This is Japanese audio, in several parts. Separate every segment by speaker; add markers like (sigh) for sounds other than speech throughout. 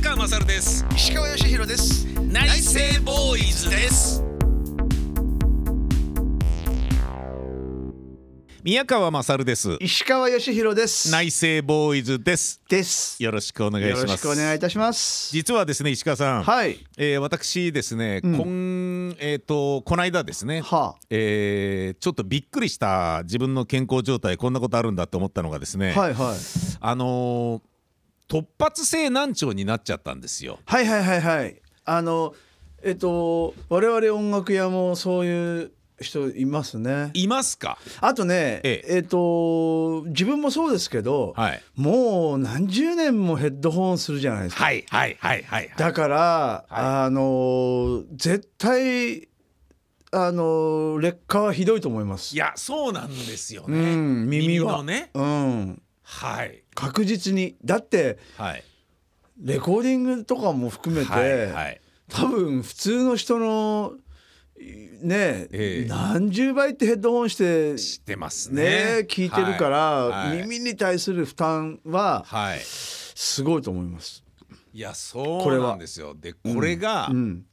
Speaker 1: 川雅るです
Speaker 2: 石川義弘です
Speaker 1: 内政ボーイズです宮川雅るです
Speaker 2: 石川義弘です
Speaker 1: 内政ボーイズです
Speaker 2: です
Speaker 1: よろしくお願いし
Speaker 2: よ
Speaker 1: ます
Speaker 2: ろしくお願いいたします
Speaker 1: 実はですね石川さん、
Speaker 2: はい
Speaker 1: えー私ですね、こんえっ、とこの間ですね、
Speaker 2: はあ
Speaker 1: えーちょっとびっくりした自分の健康状態こんなことあるんだって思ったのがですね、
Speaker 2: はいはい
Speaker 1: あのー突発性難聴になっちゃったんですよ。
Speaker 2: はいはいはいはいあのえっと我々音楽屋もそういう人いますね
Speaker 1: いますか。
Speaker 2: あとね
Speaker 1: え
Speaker 2: えっと自分もそうですけど、
Speaker 1: はい
Speaker 2: もう何十年もヘッドホンするじゃないですか、
Speaker 1: いはいはいはい、はい。
Speaker 2: だから、あの絶対あの劣化はひどいと思います
Speaker 1: いやそうなんですよね。
Speaker 2: うん耳は
Speaker 1: のね。
Speaker 2: うん
Speaker 1: はい
Speaker 2: 確実にだって
Speaker 1: はい
Speaker 2: レコーディングとかも含めて、
Speaker 1: はいはい。
Speaker 2: 多分普通の人のね、
Speaker 1: ええ
Speaker 2: 何十倍ってヘッドホンして
Speaker 1: 知ってます
Speaker 2: ね
Speaker 1: ね。
Speaker 2: 聞いてるから、
Speaker 1: はいはい
Speaker 2: 耳に対する負担は
Speaker 1: はい。
Speaker 2: すごいと思います。
Speaker 1: いやそう
Speaker 2: れは
Speaker 1: なんですよ。でこれが、
Speaker 2: うん、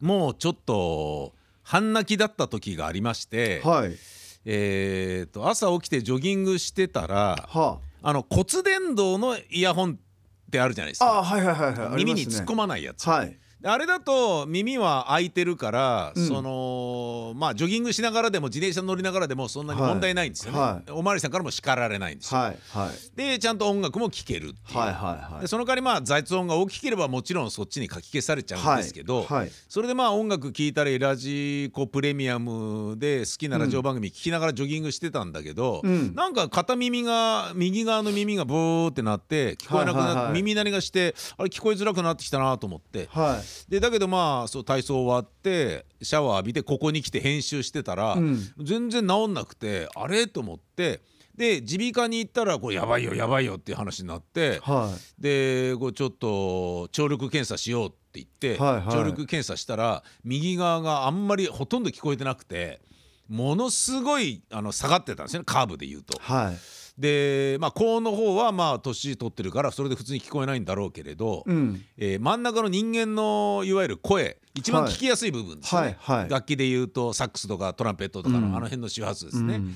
Speaker 1: もうちょっと半泣きだった時がありまして、
Speaker 2: はい、
Speaker 1: えー、と朝起きてジョギングしてたら
Speaker 2: は
Speaker 1: あの骨伝導のイヤホンってあるじゃないですか
Speaker 2: あ、ああはいはいはいはい、
Speaker 1: 耳に突っ込
Speaker 2: む、
Speaker 1: まないやつ。
Speaker 2: はい、
Speaker 1: であれだと耳は開いてるから、
Speaker 2: うん
Speaker 1: そのまあジョギングしながらでも自転車乗りながらでもそんなに
Speaker 2: はい
Speaker 1: 問題ないんですよね、
Speaker 2: はい
Speaker 1: おまわりさんからも叱られないんですよ、
Speaker 2: はいはい
Speaker 1: でちゃんと音楽も聴けるっていう、
Speaker 2: はいはいは
Speaker 1: で
Speaker 2: い
Speaker 1: その代わりまあ雑音が大きければもちろんそっちに書き消されちゃうんですけど、
Speaker 2: はいはい
Speaker 1: それでまあ音楽聴いたりラジコプレミアムで好きなラジオ番組聴きながらジョギングしてたんだけど、
Speaker 2: うん
Speaker 1: なんか片耳が右側の耳がブーってなって聞こえなくなって、
Speaker 2: はいはいはい
Speaker 1: 耳鳴りがしてあれ聞こえづらくなってきたなと思って、
Speaker 2: はい
Speaker 1: でだけどまあそう体操終わってシャワー浴びてここに来て編集してたら、
Speaker 2: うん
Speaker 1: 全然治んなくてあれと思ってで耳鼻科に行ったらこうやばいよやばいよっていう話になって、
Speaker 2: は
Speaker 1: でこうちょっと聴力検査しようって言って、
Speaker 2: はいはい
Speaker 1: 聴力検査したら右側があんまりほとんど聞こえてなくてものすごいあの下がってたんですよねカーブで言うと
Speaker 2: い。はい
Speaker 1: でまあ高音の方はまあ年取ってるからそれで普通に聞こえないんだろうけれど。
Speaker 2: うん
Speaker 1: えー真ん中の人間のいわゆる声一番
Speaker 2: はい
Speaker 1: 聞きやすい部分ですよね、
Speaker 2: はいはい
Speaker 1: 楽器でいうとサックスとかトランペットとかのあ
Speaker 2: うん
Speaker 1: の辺の周波数ですね、
Speaker 2: うん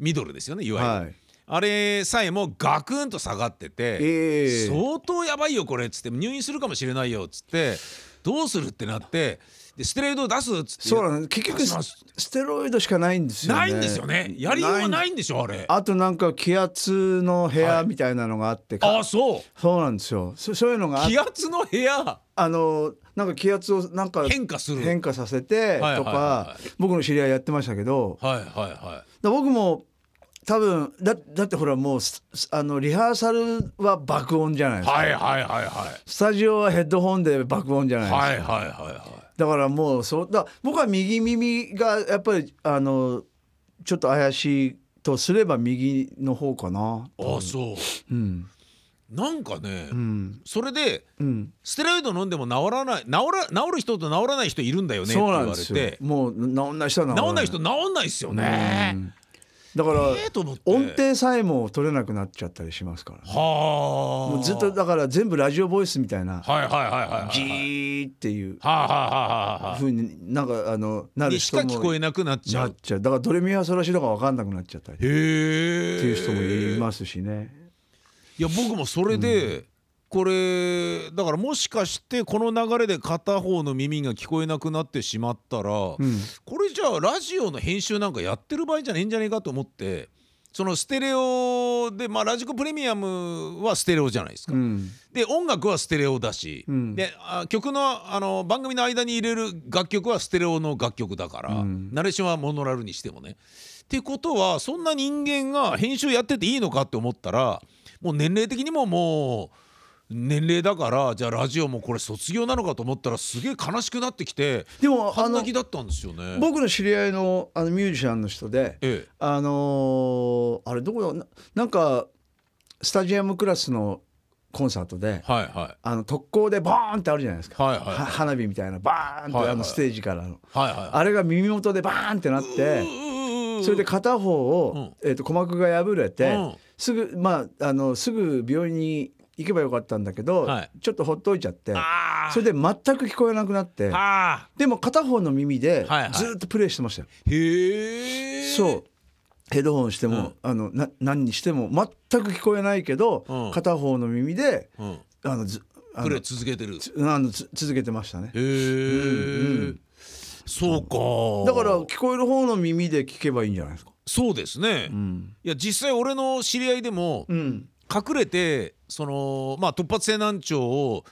Speaker 1: ミドルですよねいわゆる、
Speaker 2: はい
Speaker 1: あれさえもガクンと下がってて、
Speaker 2: ええ
Speaker 1: 相当やばいよこれっつって入院するかもしれないよっつってどうするってなってでステレオイド出すっつって
Speaker 2: そうなんです結
Speaker 1: 出
Speaker 2: 局
Speaker 1: しま
Speaker 2: ス
Speaker 1: す
Speaker 2: ステロイドしかないんですよね
Speaker 1: ないんですよねやりようがないんでしょあれあ
Speaker 2: あとなんか気圧の部
Speaker 1: は
Speaker 2: 屋
Speaker 1: い
Speaker 2: みたいなのがあって、
Speaker 1: あそう
Speaker 2: そうなんですよそそういうのがあ
Speaker 1: 気圧の部屋
Speaker 2: あのなんか気圧をなんか
Speaker 1: 変化する
Speaker 2: 変化させてとか、
Speaker 1: はいはいはいは
Speaker 2: 僕の知り合いやってましたけど、
Speaker 1: はいはいは
Speaker 2: だ僕も多分だだってほらもうすすあのリハーサルは爆音じゃない
Speaker 1: い
Speaker 2: ですか、
Speaker 1: はいはいはいはい
Speaker 2: スタジオはヘッドホンで爆音じゃないですか、
Speaker 1: はいはいはいはい
Speaker 2: だからもうそうだ僕は右耳がやっぱりあのちょっと怪しいとすれば右の方かな
Speaker 1: ああそう
Speaker 2: うん
Speaker 1: なんかね、
Speaker 2: うん
Speaker 1: それで
Speaker 2: うん
Speaker 1: ステロイド飲んでも治らない治ら治る人と治らない人いるんだよねって
Speaker 2: そ
Speaker 1: 言
Speaker 2: うな
Speaker 1: わ
Speaker 2: ん
Speaker 1: れ
Speaker 2: で
Speaker 1: て治
Speaker 2: すよもう治んない人は治
Speaker 1: んない人治んないですよね。
Speaker 2: だから
Speaker 1: ええと思って
Speaker 2: 音程さえも取れなくなっちゃったりしますから、
Speaker 1: はあ。
Speaker 2: もうずっとだから全部ラジオボイスみたい
Speaker 1: は
Speaker 2: な
Speaker 1: いはいはいはいはい。
Speaker 2: ジーっていう
Speaker 1: はあ、はあはあはあ、
Speaker 2: ふうになんかあのなる
Speaker 1: にし
Speaker 2: 人
Speaker 1: か
Speaker 2: も
Speaker 1: 聞こえなくなっちゃ
Speaker 2: な
Speaker 1: う。
Speaker 2: っちゃうだからドレミファソラシドが分かんなくなっちゃったりっ
Speaker 1: へえ。
Speaker 2: ていう人もいますしね。
Speaker 1: いや僕もそれで、これだからもしかしてこの流れで片方の耳が聞こえなくなってしまったら、
Speaker 2: ん
Speaker 1: これじゃあラジオの編集なんかやってる場合じゃねえんじゃねえかと思ってそのステレオで、まあ、ラジコプレミアムはステレオじゃないですか。
Speaker 2: うん
Speaker 1: で音楽はステレオだし、
Speaker 2: うん
Speaker 1: であ曲のあの番組の間に入れる楽曲はステレオの楽曲だから、
Speaker 2: うん
Speaker 1: ナレーションはモノラルにしてもね。ってことはそんな人間が編集やってていいのかって思ったらもう年齢的にももう年齢だからじゃあラジオもこれ卒業なのかと思ったらすげえ悲しくなってきて
Speaker 2: でもあ
Speaker 1: 半
Speaker 2: の
Speaker 1: 泣きだったんですよね。
Speaker 2: 僕の知り合いのあのミュージシャンの人で、
Speaker 1: ええ
Speaker 2: あのーあれどこだななんかスタジアムクラスのコンサートで
Speaker 1: はいはい
Speaker 2: あの特攻でバーンってあるじゃないですか、
Speaker 1: はいはいはい
Speaker 2: 花火みたいなバーンって、
Speaker 1: はいはい
Speaker 2: あのステージからの
Speaker 1: はいは
Speaker 2: あれが耳元でバーンってなっ
Speaker 1: い。
Speaker 2: て
Speaker 1: う
Speaker 2: それで片方を、えー、と鼓膜が破れて、
Speaker 1: うん
Speaker 2: すぐまああのすぐ病院に行けばよかったんだけど、
Speaker 1: はい
Speaker 2: ちょっとほっといちゃって
Speaker 1: ああ
Speaker 2: それで全く聞こえなくなって
Speaker 1: あ
Speaker 2: でも片方の耳で
Speaker 1: はいはい
Speaker 2: ずーっとプレイしてましたよ、
Speaker 1: ーへえ
Speaker 2: そうヘッドホンしても、あのな何にしても全く聞こえないけど、
Speaker 1: うん
Speaker 2: 片方の耳で
Speaker 1: う、うん、
Speaker 2: あのずあの
Speaker 1: プレー続けてる
Speaker 2: つあのつ続けてましたね
Speaker 1: へえそうか
Speaker 2: だから聞こえる方の耳で聞けばいいんじゃないですか
Speaker 1: そうですね
Speaker 2: うん、
Speaker 1: いや実際俺の知り合いでも
Speaker 2: うん、
Speaker 1: 隠れてそのまあ突発性難聴を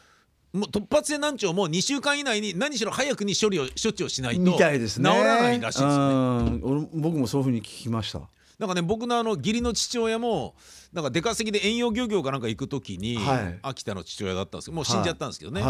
Speaker 1: もう突発性難聴も2週間以内に何しろ早くに処理を処置をしないと
Speaker 2: み
Speaker 1: 治
Speaker 2: たいですね
Speaker 1: らないらしいですね
Speaker 2: うん俺僕もそういうふうに聞きましたは
Speaker 1: なんかね僕のあの義理の父親もなんか出稼ぎで遠洋漁業かなんか行く時に、
Speaker 2: はい
Speaker 1: 秋田の父親だったんですけどもう死んじゃったんですけど
Speaker 2: い
Speaker 1: ね、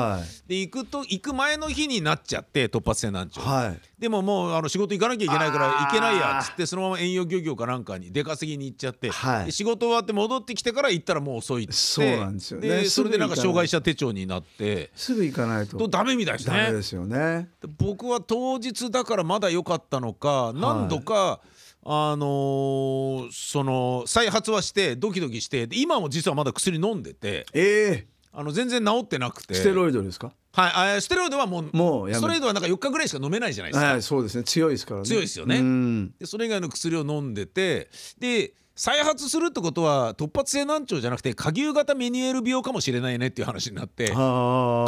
Speaker 1: で行くと行く前の日になっちゃって突発性難聴、
Speaker 2: はい
Speaker 1: でももうあの仕事行かなきゃいけないから
Speaker 2: あー
Speaker 1: 行けないやっつってそのまま遠洋漁業かなんかに出稼ぎに行っちゃって、
Speaker 2: はい
Speaker 1: で仕事終わって戻ってきてから行ったらもう遅いっつって
Speaker 2: そうなんですよねす
Speaker 1: そ
Speaker 2: ぐ
Speaker 1: れでなんか
Speaker 2: 行かない
Speaker 1: 障害者手帳になって
Speaker 2: すぐ行かないと
Speaker 1: とダメみたいです
Speaker 2: ダメ
Speaker 1: ね
Speaker 2: ですよね
Speaker 1: で僕は当日だからまだ良かったのか何度か、あのーその再発はしてドキドキしてで今も実はまだ薬飲んでて
Speaker 2: え
Speaker 1: あの全然治ってなくて
Speaker 2: えステロイドですか
Speaker 1: はいあステロイドはもう
Speaker 2: もう
Speaker 1: ス
Speaker 2: やめ
Speaker 1: テロイドはなんか4日ぐらいしか飲めないじゃないですか、
Speaker 2: はいそうですね強いですからね
Speaker 1: 強いですよね
Speaker 2: うん
Speaker 1: でそれ以外の薬を飲んでてで再発するってことは突発性難聴じゃなくて下牛型メニエル病かもしれないねっていう話になって
Speaker 2: あ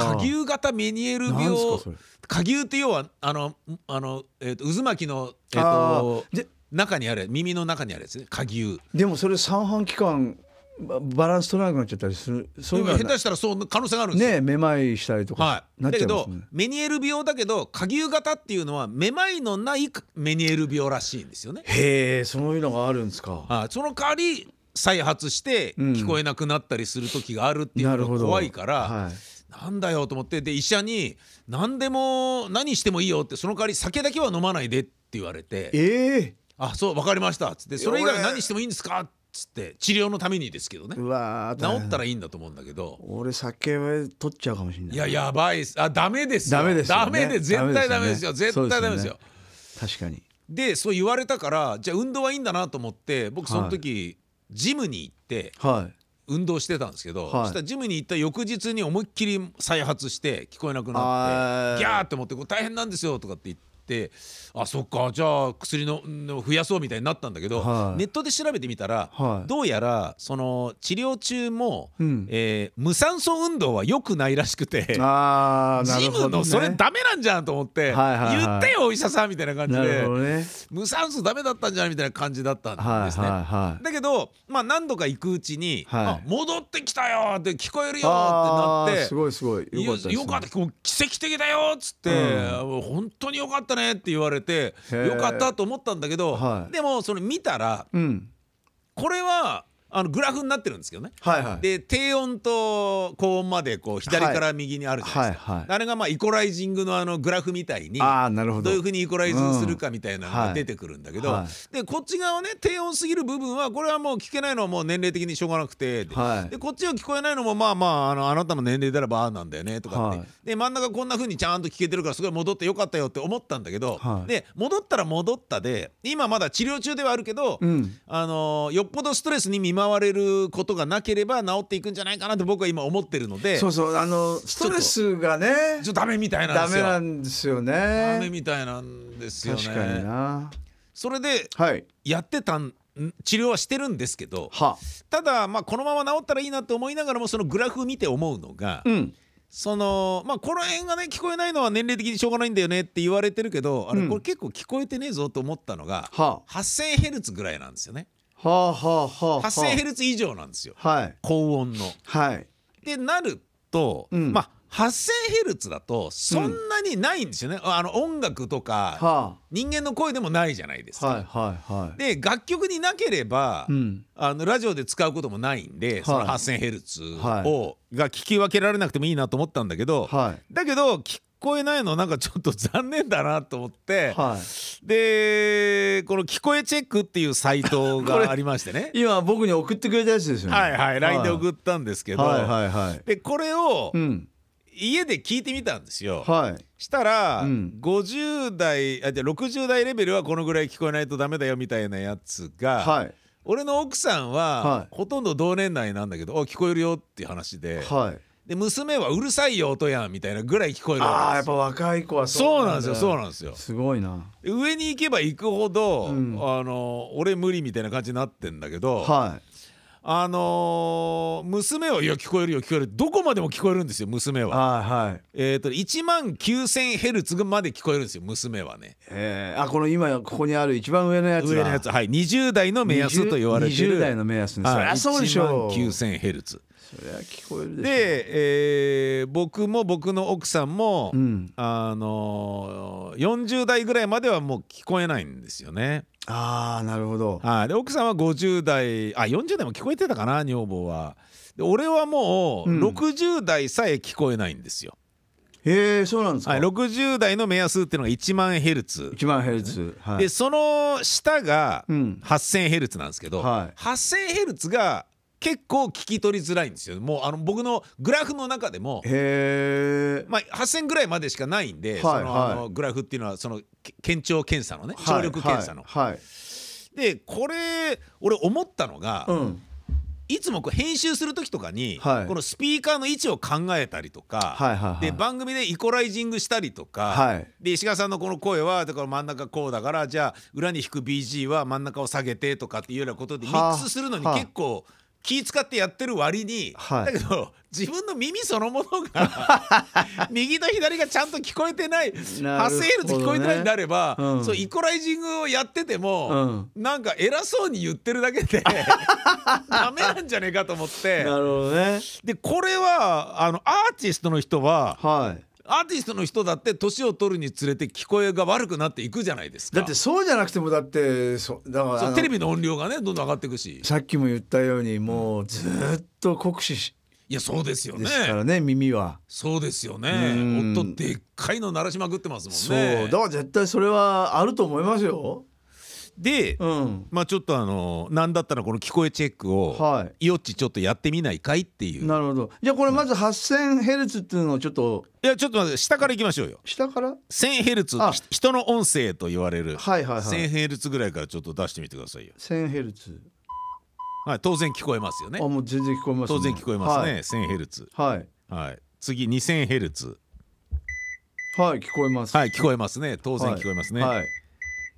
Speaker 1: 下
Speaker 2: あ
Speaker 1: 牛型メニエル
Speaker 2: なん
Speaker 1: 病
Speaker 2: ですかそれ
Speaker 1: 下牛って要はあのあの、えー、と渦巻きの、えー、
Speaker 2: あ
Speaker 1: と
Speaker 2: ーで
Speaker 1: 中にある耳の中にあるやつね下牛
Speaker 2: でもそれ三半規管ばバランス取れなくなっちゃったりするそう
Speaker 1: で
Speaker 2: いうの
Speaker 1: も
Speaker 2: は
Speaker 1: 下手したらそう可能性があるんですよ、
Speaker 2: ねえめまいしたりと
Speaker 1: は
Speaker 2: か
Speaker 1: い、
Speaker 2: な
Speaker 1: だ
Speaker 2: っちゃ
Speaker 1: け
Speaker 2: います
Speaker 1: ど
Speaker 2: もんね
Speaker 1: メニエル病だけど下牛型っていうのはめまいのないメニエル病らしいんですよね。
Speaker 2: へえそういうのがあるんですか
Speaker 1: はい、その代わり再発して
Speaker 2: うん
Speaker 1: 聞こえなくなったりする時があるっていう
Speaker 2: なる
Speaker 1: の
Speaker 2: ほ
Speaker 1: が
Speaker 2: ど
Speaker 1: 怖いから、
Speaker 2: はい
Speaker 1: なんだよと思ってで医者に何でも何してもいいよってその代わり酒だけは飲まないでって言われて
Speaker 2: ええ
Speaker 1: 「あそう分かりました」っつって「それ以外は
Speaker 2: 俺
Speaker 1: 何してもいいんですか?」っつって治療のためにですけどね
Speaker 2: うわー
Speaker 1: 治
Speaker 2: 大変
Speaker 1: ったらいいんだと思うんだけど
Speaker 2: 俺酒は取っちゃうかもしれない
Speaker 1: いややばいっすあダメですよ
Speaker 2: ダメですよね
Speaker 1: ダメで絶対ダメですよ
Speaker 2: ダメですよね
Speaker 1: 絶対ダメですよ
Speaker 2: そう確かに
Speaker 1: でそう言われたからじゃあ運動はいいんだなと思って僕その時、ジムに行って
Speaker 2: はい
Speaker 1: 運動してたんですけど、
Speaker 2: はい
Speaker 1: そしたらジムに行った翌日に思いっきり再発して聞こえなくなっ
Speaker 2: あー
Speaker 1: てギャーって思ってこれ大変なんですよとかって言ってあそっかじゃあ薬のの増やそうみたいになったんだけど、
Speaker 2: はい
Speaker 1: ネットで調べてみたら、
Speaker 2: はい
Speaker 1: どうやらその治療中も、
Speaker 2: うん
Speaker 1: えー無酸素運動は良くないらしくて。
Speaker 2: ああな
Speaker 1: ジ
Speaker 2: るほど、ね、
Speaker 1: ムのそれダメなんじゃんと思って、
Speaker 2: はいはいはい
Speaker 1: 言ってよお医者さんみたいな感じ
Speaker 2: なる
Speaker 1: で
Speaker 2: ほどね
Speaker 1: 無酸素ダメだったんじゃないみたいな感じだったん
Speaker 2: はい
Speaker 1: ですね。
Speaker 2: はいはい
Speaker 1: だけど、まあ、何度か行くうちに、
Speaker 2: はい
Speaker 1: あ戻ってきたよって聞こえるよ
Speaker 2: あ
Speaker 1: っ
Speaker 2: あ
Speaker 1: てなって
Speaker 2: すごいすごいよかったです、ね、
Speaker 1: よかったこう奇跡的だよっつって、もう本当によかったねって言われて
Speaker 2: へえ
Speaker 1: よかったと思ったんだけど、
Speaker 2: はい
Speaker 1: でもそれ見たら
Speaker 2: うん
Speaker 1: これはあのグラフになってるんですけどね。
Speaker 2: はいはい
Speaker 1: で低音と高音までこう左から右にあるじゃないですか、
Speaker 2: はいはいはい
Speaker 1: あれがまあイコライジングのあのグラフみたいに
Speaker 2: ああなるほど
Speaker 1: どういうふうにイコライズするかみたいなのが出てくるんだけど、
Speaker 2: うんはい
Speaker 1: でこっち側ね低音すぎる部分はこれはもう聞けないのはもう年齢的にしょうがなくて、で
Speaker 2: はい
Speaker 1: でこっちを聞こえないのもまあまああのあなたの年齢であればああなんだよねとかって、
Speaker 2: はい
Speaker 1: で真ん中こんなふうにちゃんと聞けてるからすごい戻ってよかったよって思ったんだけど、
Speaker 2: はい
Speaker 1: で戻ったら戻ったで今まだ治療中ではあるけど、
Speaker 2: うん
Speaker 1: あのよっぽどストレスに見舞われることがなければ治っていくんじゃないかなって僕は今思ってるので
Speaker 2: そうそうあのストレスがね
Speaker 1: ちょっとダメみたいなん
Speaker 2: ダ
Speaker 1: です
Speaker 2: メ
Speaker 1: よ。
Speaker 2: なんですよ
Speaker 1: ダメ
Speaker 2: ね
Speaker 1: みたいなんですよね
Speaker 2: 確かにな
Speaker 1: それで
Speaker 2: はい
Speaker 1: やってたんん治療はしてるんですけど
Speaker 2: は
Speaker 1: ただまあこのまま治ったらいいなと思いながらもそのグラフ見て思うのが、
Speaker 2: うん
Speaker 1: そのまあこの辺がね聞こえないのは年齢的にしょうがないんだよねって言われてるけどあ
Speaker 2: う
Speaker 1: れ
Speaker 2: ん
Speaker 1: これ結構聞こえてねえぞと思ったのが、
Speaker 2: は
Speaker 1: 8000Hz ぐらいなんですよね
Speaker 2: はあはあはあはあ
Speaker 1: 8000Hz 以上なんですよ
Speaker 2: はい
Speaker 1: 高音の。
Speaker 2: はい
Speaker 1: ってなると、
Speaker 2: うん
Speaker 1: まあ 8000Hz だとそんなにないんですよね、あの音楽とか
Speaker 2: は
Speaker 1: 人間の声でもないじゃないです
Speaker 2: あ
Speaker 1: か。
Speaker 2: はいはいはい
Speaker 1: で楽曲になければ、
Speaker 2: うん
Speaker 1: あのラジオで使うこともないんで、
Speaker 2: い
Speaker 1: その 8000Hz を、
Speaker 2: は
Speaker 1: が聞き分けられなくてもいいなと思ったんだけど、
Speaker 2: は
Speaker 1: だけど聞こえないのなんかちょっと残念だなと思っ
Speaker 2: い
Speaker 1: て、
Speaker 2: はい
Speaker 1: でこの「聞こえチェック」っていうサイト
Speaker 2: これ
Speaker 1: がありましてね
Speaker 2: 今僕に送ってくれたやつですよね
Speaker 1: はいはい LINE で送
Speaker 2: っ
Speaker 1: ったんですけ
Speaker 2: て
Speaker 1: ど、
Speaker 2: はいはいはい
Speaker 1: でこれを
Speaker 2: うん
Speaker 1: 家で聞いてみたんですよ。
Speaker 2: はい
Speaker 1: したら、
Speaker 2: うん
Speaker 1: 50代あじゃあ60代レベルはこのぐらい聞こえないとダメだよみたいなやつが、
Speaker 2: はい
Speaker 1: 俺の奥さん
Speaker 2: は
Speaker 1: はいほとんど同年代なんだけど「お聞こえるよ」っていう話で
Speaker 2: はい
Speaker 1: で娘は「うるさいよ音やん」みたいなぐらい聞こえる
Speaker 2: あ
Speaker 1: わけ
Speaker 2: あや
Speaker 1: で
Speaker 2: っ
Speaker 1: す
Speaker 2: ぱ
Speaker 1: よ
Speaker 2: 若い子は
Speaker 1: そうなんですよそう
Speaker 2: で
Speaker 1: なんですよ
Speaker 2: すごいな
Speaker 1: 上に行けば行くほど、
Speaker 2: うん
Speaker 1: あの俺無理みたいな感じになってんだけど、
Speaker 2: は
Speaker 1: あのー娘は「いや聞こえるよ聞こえる」どこまでも聞こえるんですよ娘
Speaker 2: い
Speaker 1: は。
Speaker 2: はいはい
Speaker 1: えー、と1万 9,000Hz まで聞こえるんですよ娘はね
Speaker 2: えー、あこの今ここにある一番上のやつだ
Speaker 1: 上のやつはい20代の目安と言われてる
Speaker 2: 20代の目安ねそり
Speaker 1: は
Speaker 2: ゃ
Speaker 1: い、
Speaker 2: そうでしょう
Speaker 1: 19,000Hz
Speaker 2: そりゃ聞こえるでしょ
Speaker 1: で、えー僕も僕の奥さんも、
Speaker 2: うん
Speaker 1: あのー40代ぐらいまではもう聞こえないんですよね。
Speaker 2: ああなるほど
Speaker 1: はい、で奥さんは50代あ40代も聞こえてたかな女房は。で俺はもう
Speaker 2: うん
Speaker 1: 60代さえ聞こえないんですよ。
Speaker 2: へえそうなんですか、
Speaker 1: はい、60代の目安っていうのが1万ヘルツ。
Speaker 2: 1万ヘルツはい
Speaker 1: でその下が
Speaker 2: うん
Speaker 1: 8000ヘルツなんですけど、
Speaker 2: はい
Speaker 1: 8000ヘルツが結構聞き取りづらいんですよ。もうあの僕のグラフの中でも
Speaker 2: へえ
Speaker 1: まあ、8000ぐらいまでしかないんで、
Speaker 2: はい
Speaker 1: その
Speaker 2: はい
Speaker 1: あのグラフっていうのはそのけ県庁検査のね聴力検査の。
Speaker 2: はい、はい
Speaker 1: でこれ俺思ったのが、
Speaker 2: はいうん
Speaker 1: いつもこう編集する時とかに、
Speaker 2: はい
Speaker 1: このスピーカーの位置を考えたりとか、
Speaker 2: はいはいはい
Speaker 1: で番組でイコライジングしたりとか、
Speaker 2: はい
Speaker 1: で石川さんのこの声はだから真ん中こうだからじゃあ裏に引く BG は真ん中を下げてとかっていうようなことでミ
Speaker 2: はあ
Speaker 1: ックスするのに
Speaker 2: はあ
Speaker 1: 結構気使ってやってる割に、
Speaker 2: はい
Speaker 1: だけど自分の耳そのものが
Speaker 2: (laughs)
Speaker 1: 右と左がちゃんと聞こえてない
Speaker 2: なるほどね
Speaker 1: 発声率聞こえてないになれば、
Speaker 2: うん
Speaker 1: そうイコライジングをやってても、なんか偉そうに言ってるだけ
Speaker 2: (laughs)
Speaker 1: でダメなんじゃねえかと思って
Speaker 2: なるほどね
Speaker 1: でこれはあのアーティストの人は
Speaker 2: はい
Speaker 1: アーティストの人だって年を取るにつれて聞こえが悪くなっていくじゃないですか
Speaker 2: だってそうじゃなくてもだってそだからあ
Speaker 1: そう
Speaker 2: の
Speaker 1: テレビの音量がねどんどん上がっていくし
Speaker 2: さっきも言ったようにもうずっと酷使し
Speaker 1: いやそうですよ
Speaker 2: で
Speaker 1: ね
Speaker 2: すからね耳は。
Speaker 1: そうですよね
Speaker 2: うん
Speaker 1: 音でっかいの鳴らしまくってます
Speaker 2: そ
Speaker 1: もん
Speaker 2: う
Speaker 1: ね
Speaker 2: だから絶対それはあると思いますよ。
Speaker 1: で、
Speaker 2: うん、
Speaker 1: まあちょっとあの何だったらこの聞こえチェックを、
Speaker 2: は
Speaker 1: イオッチちょっとやってみないかいってい
Speaker 2: いうなるほどじゃあこれまず 8000Hz っていうのをちょっと
Speaker 1: いやちょっと待って下からいきましょうよ
Speaker 2: 下から
Speaker 1: 1000ヘルツ
Speaker 2: あ
Speaker 1: 人の音声と言われる
Speaker 2: はいはいはい
Speaker 1: 1000ヘルツぐらいからちょっと出してみてくださいよ、
Speaker 2: 1000Hz、
Speaker 1: はい、当然聞こえますよね
Speaker 2: あもう全然聞こえますね
Speaker 1: 当然聞こえますね、1000ヘルツ
Speaker 2: はいはい、
Speaker 1: はい次2000ヘルツ
Speaker 2: はい、聞こえます
Speaker 1: はい聞こえますね当然聞こえますね
Speaker 2: はい
Speaker 1: はい、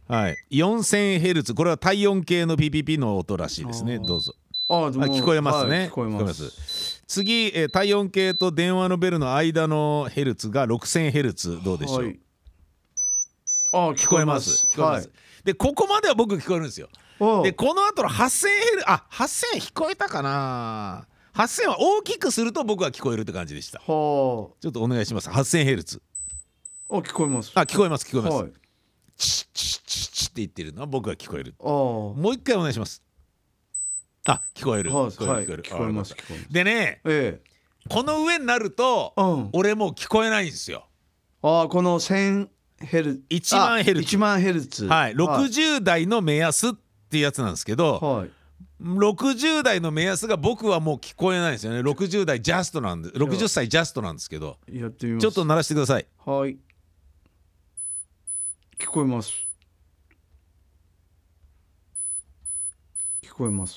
Speaker 2: はい
Speaker 1: 4000ヘルツこれは体温計の PPP の音らしいですね
Speaker 2: あー
Speaker 1: どうぞ
Speaker 2: あでも
Speaker 1: あ聞こえますね、
Speaker 2: はい聞こえます
Speaker 1: 次、えー体温計と電話のベルの間のヘルツが6000ヘルツどうでしょう、
Speaker 2: はいあ聞
Speaker 1: 聞こえます聞こえます、でここまでは僕聞こえるんですよ
Speaker 2: はい、
Speaker 1: でこの後の8000ヘルあ8000聞こえたかな8000は大きくすると僕は聞こえるって感じでした
Speaker 2: おは
Speaker 1: ちょっとお願いします8000ヘルツ
Speaker 2: ああ聞こえます
Speaker 1: あ聞こえます聞こえます、
Speaker 2: はい
Speaker 1: チッチッチッチッって言ってるのは僕は聞こえる
Speaker 2: ああ
Speaker 1: もう一回お願いしますあ聞こえる、
Speaker 2: はい
Speaker 1: 聞こえる、
Speaker 2: はい聞こえます
Speaker 1: あ
Speaker 2: 聞こえます
Speaker 1: でね
Speaker 2: え
Speaker 1: この上になると
Speaker 2: えうん
Speaker 1: 俺もう聞こえないんですよ
Speaker 2: ああこの1000ヘル
Speaker 1: 1万ヘルツ
Speaker 2: 1万ヘルツ
Speaker 1: はい、
Speaker 2: はい
Speaker 1: 60代の目安っていうやつなんですけど、
Speaker 2: はい
Speaker 1: 60代の目安が僕はもう聞こえないんですよね60代ジャストなんで60歳ジャストなんですけど
Speaker 2: やってみます
Speaker 1: ちょっと鳴らしてください
Speaker 2: はい聞こえます聞こえます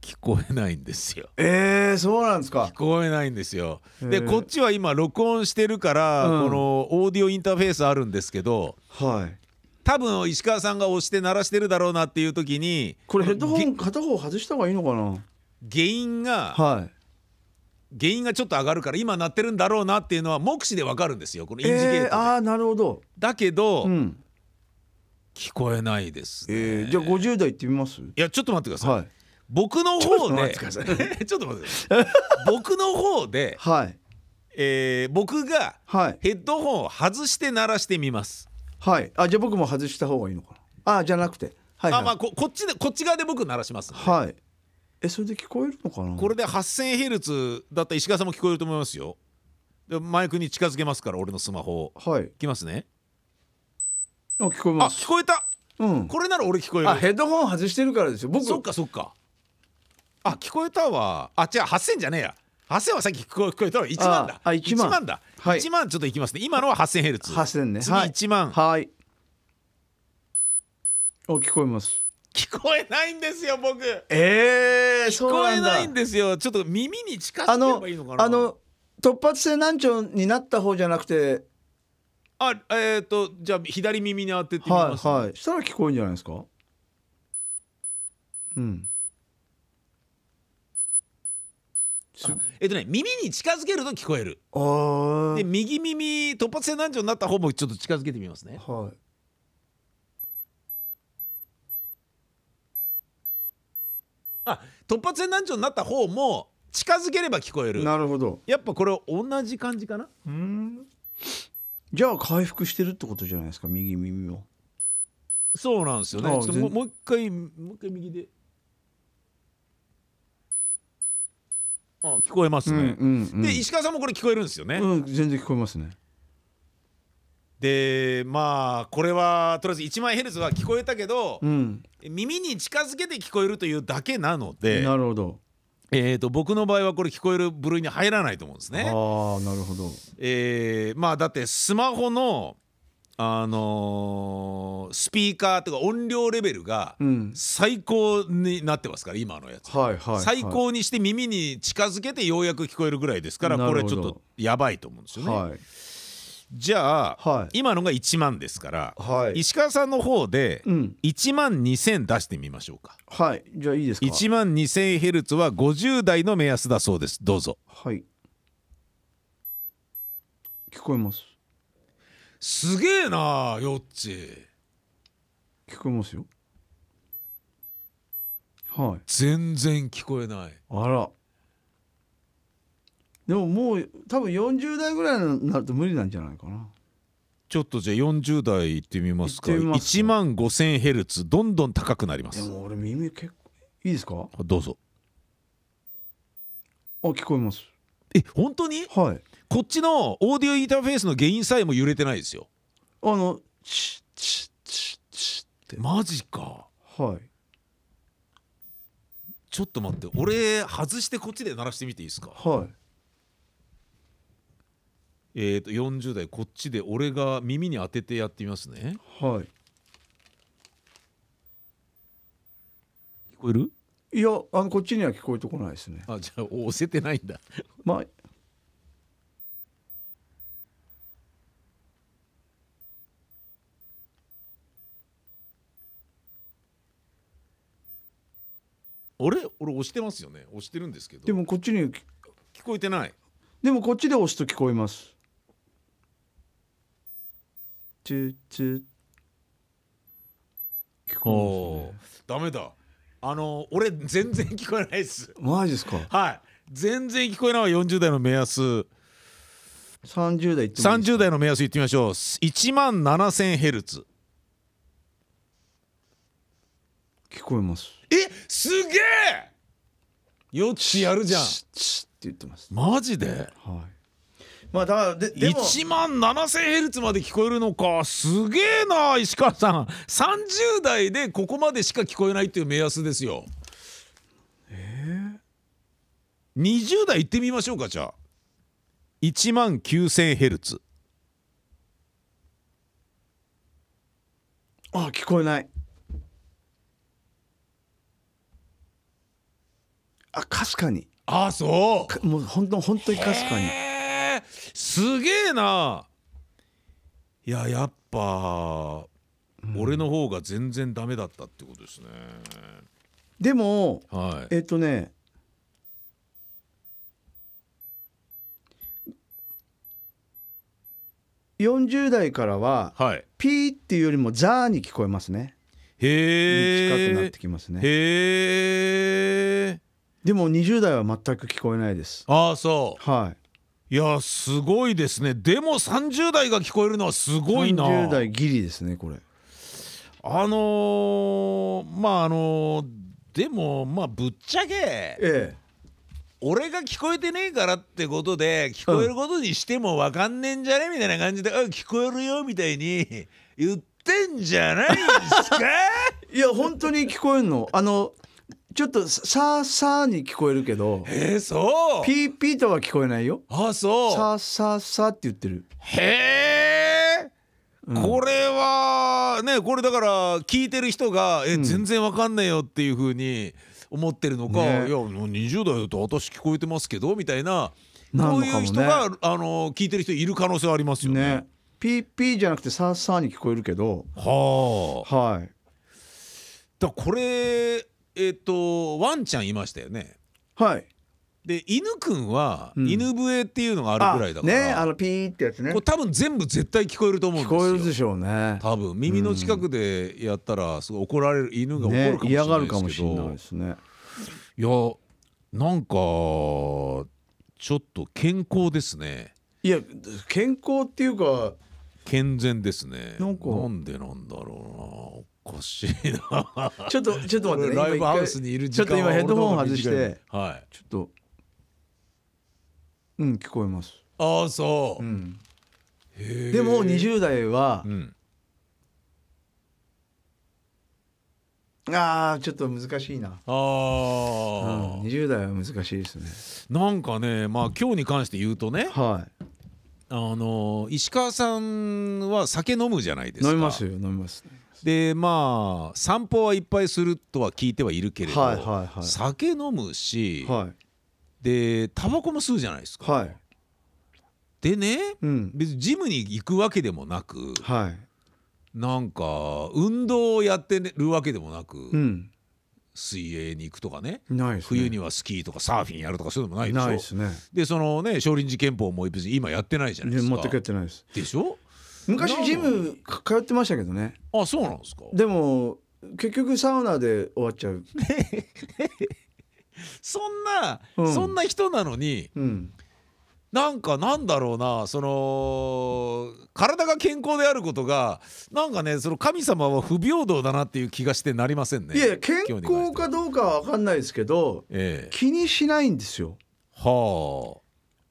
Speaker 1: 聞こえないんですよ
Speaker 2: えー、そうなんですか
Speaker 1: 聞こえないんですよ
Speaker 2: へ
Speaker 1: で
Speaker 2: ー
Speaker 1: こっちは今録音してるから、
Speaker 2: うん
Speaker 1: このオーディオインターフェースあるんですけど
Speaker 2: はい
Speaker 1: 多分石川さんが押して鳴らしてるだろうなっていう時に
Speaker 2: これヘッドホ
Speaker 1: げ
Speaker 2: ン片方外した方がいいのかな
Speaker 1: 原因が
Speaker 2: はい
Speaker 1: 原因がちょっと上がるから今鳴ってるんだろうなっていうのは目視でわかるんですよこのインジゲートで、
Speaker 2: えー、ああなるほど
Speaker 1: だけど、
Speaker 2: うん
Speaker 1: 聞こえないです、ね
Speaker 2: えー、じゃあ50代行ってみます
Speaker 1: いやちょっと待ってください、
Speaker 2: はい
Speaker 1: 僕の
Speaker 2: ちょっ
Speaker 1: 方
Speaker 2: と待っ
Speaker 1: で
Speaker 2: てくださ
Speaker 1: (laughs) ちょっと待ってください僕の方で、
Speaker 2: はい
Speaker 1: えー僕が
Speaker 2: はい
Speaker 1: ヘッドホンを外して鳴らしてみます、
Speaker 2: はいあじゃあ僕も外した方がいいのかなあーじゃなくてはいはい
Speaker 1: あまあここっちでこっち側で僕鳴らします、
Speaker 2: はいえそれで聞こえるのかな
Speaker 1: これで 8000Hz だったら石川さんも聞こえると思いますよでマイクに近づけますから俺のスマホを
Speaker 2: はい
Speaker 1: いきますね
Speaker 2: あ聞こえ
Speaker 1: あ
Speaker 2: ます
Speaker 1: 聞こえた
Speaker 2: うん
Speaker 1: これなら俺聞こえる
Speaker 2: あヘッドホン外してるからですよ僕
Speaker 1: そっかそっかあ聞こえたわあ違う8000じゃねえや8000はさっき聞こえ聞こえたわ1万だ
Speaker 2: ああ1万
Speaker 1: だ、
Speaker 2: はい
Speaker 1: 1万ちょっといきますね今のは 8000Hz
Speaker 2: 8000ね
Speaker 1: 次
Speaker 2: はい
Speaker 1: 1万、
Speaker 2: はいあ聞こえます
Speaker 1: 聞こえないんですよ僕聞
Speaker 2: ええそう
Speaker 1: こ
Speaker 2: な
Speaker 1: え
Speaker 2: ん
Speaker 1: な
Speaker 2: だ
Speaker 1: いんですよちょっと耳に近
Speaker 2: あ
Speaker 1: づけ
Speaker 2: の
Speaker 1: ばいいのかな
Speaker 2: あの突発性難聴になった方じゃなくて
Speaker 1: あえっ、とじゃあ左耳に当ててみます、
Speaker 2: はいはいしたら聞こえるんじゃないですかうんす
Speaker 1: えっ、とね耳に近づけると聞こえる
Speaker 2: あー
Speaker 1: で右耳突発性難聴になった方もちょっと近づけてみますね
Speaker 2: はい
Speaker 1: あ突発性難聴になった方も近づければ聞こえる
Speaker 2: なるほど
Speaker 1: やっぱこれ同じ感じかな
Speaker 2: じゃあ回復してるってことじゃないですか右耳を
Speaker 1: そうなんですよね
Speaker 2: ああ
Speaker 1: ちょっともう
Speaker 2: 全
Speaker 1: もう一回もう一回右であ聞こえますね、
Speaker 2: うんうん
Speaker 1: で石川さんもこれ聞こえるんですよね、
Speaker 2: うん全然聞こえますね
Speaker 1: でまあこれはとりあえず1万ヘルツは聞こえたけど、
Speaker 2: うん
Speaker 1: 耳に近づけて聞こえるというだけなので
Speaker 2: なるほど
Speaker 1: えー、と僕の場合はこれ聞こえる部類に入らないと思うんです
Speaker 2: ああ
Speaker 1: ね。
Speaker 2: ーなるほど
Speaker 1: えーまあだってスマホの、あのースピーカーとか音量レベルが
Speaker 2: うん
Speaker 1: 最高になってますから今のやつ、
Speaker 2: はいはいはい
Speaker 1: 最高にして耳に近づけてようやく聞こえるぐらいですから
Speaker 2: な
Speaker 1: こ
Speaker 2: る
Speaker 1: れ
Speaker 2: ほ
Speaker 1: ち
Speaker 2: ど
Speaker 1: ょっとやばいと思うんですよね。
Speaker 2: はい
Speaker 1: じゃあ、
Speaker 2: はい
Speaker 1: 今のが1万ですから、
Speaker 2: はい
Speaker 1: 石川さんの方で
Speaker 2: うん
Speaker 1: 1万2000出してみましょうか。
Speaker 2: はいじゃあいいですか
Speaker 1: 1万2000ヘルツは50代の目安だそうですどうぞ。
Speaker 2: はい聞こえます
Speaker 1: すげえなあよっち
Speaker 2: 聞こえますよはい
Speaker 1: 全然聞こえない
Speaker 2: あらでももう多分40代ぐらいになると無理なんじゃないかな
Speaker 1: ちょっとじゃあ40代行ってみますか
Speaker 2: 行ってみます
Speaker 1: 1万5000ヘルツどんどん高くなりま
Speaker 2: ですも俺耳結構いいですか
Speaker 1: どうぞ
Speaker 2: あ聞こえます
Speaker 1: え本当に
Speaker 2: はい
Speaker 1: こっちのオーディオインターフェースのゲインさえも揺れてないですよ
Speaker 2: あのチッチッチッチッっ
Speaker 1: マジか
Speaker 2: てはい
Speaker 1: ちょっと待って俺外してこっちで鳴らしてみていいですか
Speaker 2: はい
Speaker 1: えっ、と40代こっちで俺が耳に当ててやってみますね
Speaker 2: はい
Speaker 1: 聞こえる
Speaker 2: いやあのこっちには聞こえてこないですね
Speaker 1: あじゃあ押せてないんだ
Speaker 2: まあ
Speaker 1: あれ俺押してますよね押してるんですけど
Speaker 2: でもこっちに
Speaker 1: 聞こえてない
Speaker 2: でもこっちで押すと聞こえます。チュチュ聞こ
Speaker 1: おダメだあの俺全然聞こえないです
Speaker 2: えますね。マジですか。
Speaker 1: はい全然聞こえないわ40代の目安
Speaker 2: 三十代いってもいいです
Speaker 1: 30代の目安いってみましょう1万7000ヘルツ
Speaker 2: 聞こえます。
Speaker 1: えすげえよっちやるじゃん
Speaker 2: チッチッって言ってます。
Speaker 1: マジで
Speaker 2: はい。まあだからででも
Speaker 1: 1万7000ヘルツまで聞こえるのかすげえな石川さん30代でここまでしか聞こえないっていう目安ですよえ20代行ってみましょうかじゃあ1万9000ヘルツ
Speaker 2: あ聞こえない。あかすかに
Speaker 1: ああそう
Speaker 2: かもう本当本当にかすかに。
Speaker 1: へーすげえないややっぱ、俺の方が全然ダメだったってことですね
Speaker 2: でも
Speaker 1: はい
Speaker 2: えっとね40代からは
Speaker 1: はい
Speaker 2: ピーっていうよりもザーに聞こえますね、
Speaker 1: へえ
Speaker 2: 近くなってきますね
Speaker 1: へえ
Speaker 2: でも20代は全く聞こえないです
Speaker 1: ああそう
Speaker 2: はい
Speaker 1: やすごいですねでも30代が聞こえるのはす
Speaker 2: い
Speaker 1: ごいな
Speaker 2: 30代ギリですねこれ
Speaker 1: あのー、まああのーでもまあぶっちゃけ
Speaker 2: え
Speaker 1: 俺が聞こえてねえからってことで聞こえることにしてもわかんねえんじゃねみたいな感じで「あ聞こえるよ」みたいに (laughs) 言ってんじゃないんすか
Speaker 2: えいや本当に聞こえるのあのちょっとさーさーに聞こえるけど
Speaker 1: (laughs) えー、そう
Speaker 2: ピーピーとは聞こえないよ
Speaker 1: あそう
Speaker 2: さーさーさーって言ってる
Speaker 1: へえこれはねこれだから聞いてる人が「え全然わかんないよ」っていうふうに思ってるのか「
Speaker 2: ね
Speaker 1: いやもう20代だと私聞こえてますけど」みたいな
Speaker 2: な
Speaker 1: こ
Speaker 2: ん
Speaker 1: う
Speaker 2: のかもね
Speaker 1: いう人があの聞いてる人いる可能性はありますよね。
Speaker 2: ねピーピーじゃなくてサーサーに聞こえるけど
Speaker 1: はあ。
Speaker 2: はい
Speaker 1: だからこれえっとワンちゃんいましたよね。
Speaker 2: はい
Speaker 1: で犬くんは、
Speaker 2: うん
Speaker 1: 犬笛っていうのがあるぐらいだから、
Speaker 2: ねあのピーってやつね
Speaker 1: これ多分全部絶対聞こえると思うんです
Speaker 2: 聞
Speaker 1: よ。
Speaker 2: こえるでしょうね
Speaker 1: 多分耳の近くでやったらすごい怒られる犬が怒
Speaker 2: ね
Speaker 1: るかもしれ
Speaker 2: 嫌
Speaker 1: な
Speaker 2: が
Speaker 1: い
Speaker 2: る
Speaker 1: で
Speaker 2: か
Speaker 1: す
Speaker 2: も
Speaker 1: け
Speaker 2: しれない
Speaker 1: ど
Speaker 2: ですね
Speaker 1: いやなんかちょっと健康ですね
Speaker 2: いや健康っていうか
Speaker 1: 健全ですね
Speaker 2: なんか
Speaker 1: なんでなんだろうなおかしいな
Speaker 2: ちょっとちょっと待って、ね、
Speaker 1: (laughs) ライブ
Speaker 2: 今一回
Speaker 1: ハウスにいる時
Speaker 2: ちょっ
Speaker 1: 間
Speaker 2: と今
Speaker 1: は
Speaker 2: ヘッドホン
Speaker 1: 俺の方が
Speaker 2: 外し
Speaker 1: 短い
Speaker 2: て
Speaker 1: はい
Speaker 2: ちょっとうん聞こえます、
Speaker 1: ああそうう、
Speaker 2: ん、
Speaker 1: へえ
Speaker 2: でも20代は
Speaker 1: う、ん
Speaker 2: あーちょっと難しいな、
Speaker 1: あ
Speaker 2: うん、
Speaker 1: ー、
Speaker 2: 20代は難しいですね
Speaker 1: なんかねまあ今日に関して言うとね
Speaker 2: はい
Speaker 1: あの石川さんは酒飲むじゃないですか
Speaker 2: 飲みますよ飲みます
Speaker 1: でまあ散歩はいっぱいするとは聞いてはいるけれど、
Speaker 2: はいはいはい
Speaker 1: 酒飲むし、
Speaker 2: はい
Speaker 1: でタバコも吸うじゃないですか。
Speaker 2: はい
Speaker 1: でね
Speaker 2: うん
Speaker 1: 別にジムに行くわけでもなく
Speaker 2: はい
Speaker 1: なんか運動をやってるわけでもなく、
Speaker 2: うん
Speaker 1: 水泳に行くとかね
Speaker 2: ないですね
Speaker 1: 冬にはスキーとかサーフィンやるとかそういうのもないでしょ
Speaker 2: ないですね
Speaker 1: でそのね少林寺拳法も別に今やってないじゃないです
Speaker 2: 全
Speaker 1: か。
Speaker 2: くやってないです
Speaker 1: でしょ
Speaker 2: 昔ジムか通ってましたけどね
Speaker 1: あそうなんですか
Speaker 2: でも結局サウナで終わっちゃう、
Speaker 1: そんな、
Speaker 2: うん
Speaker 1: そんな人なのに
Speaker 2: うん、
Speaker 1: なんかなんだろうなその体が健康であることがなんかねその神様は不平等だなっていう気がしてなりませんね。
Speaker 2: いや健
Speaker 1: 今日に関し
Speaker 2: 康
Speaker 1: ては
Speaker 2: かどうかは分かんないですけど
Speaker 1: ええ
Speaker 2: 気にしないんですよ、
Speaker 1: は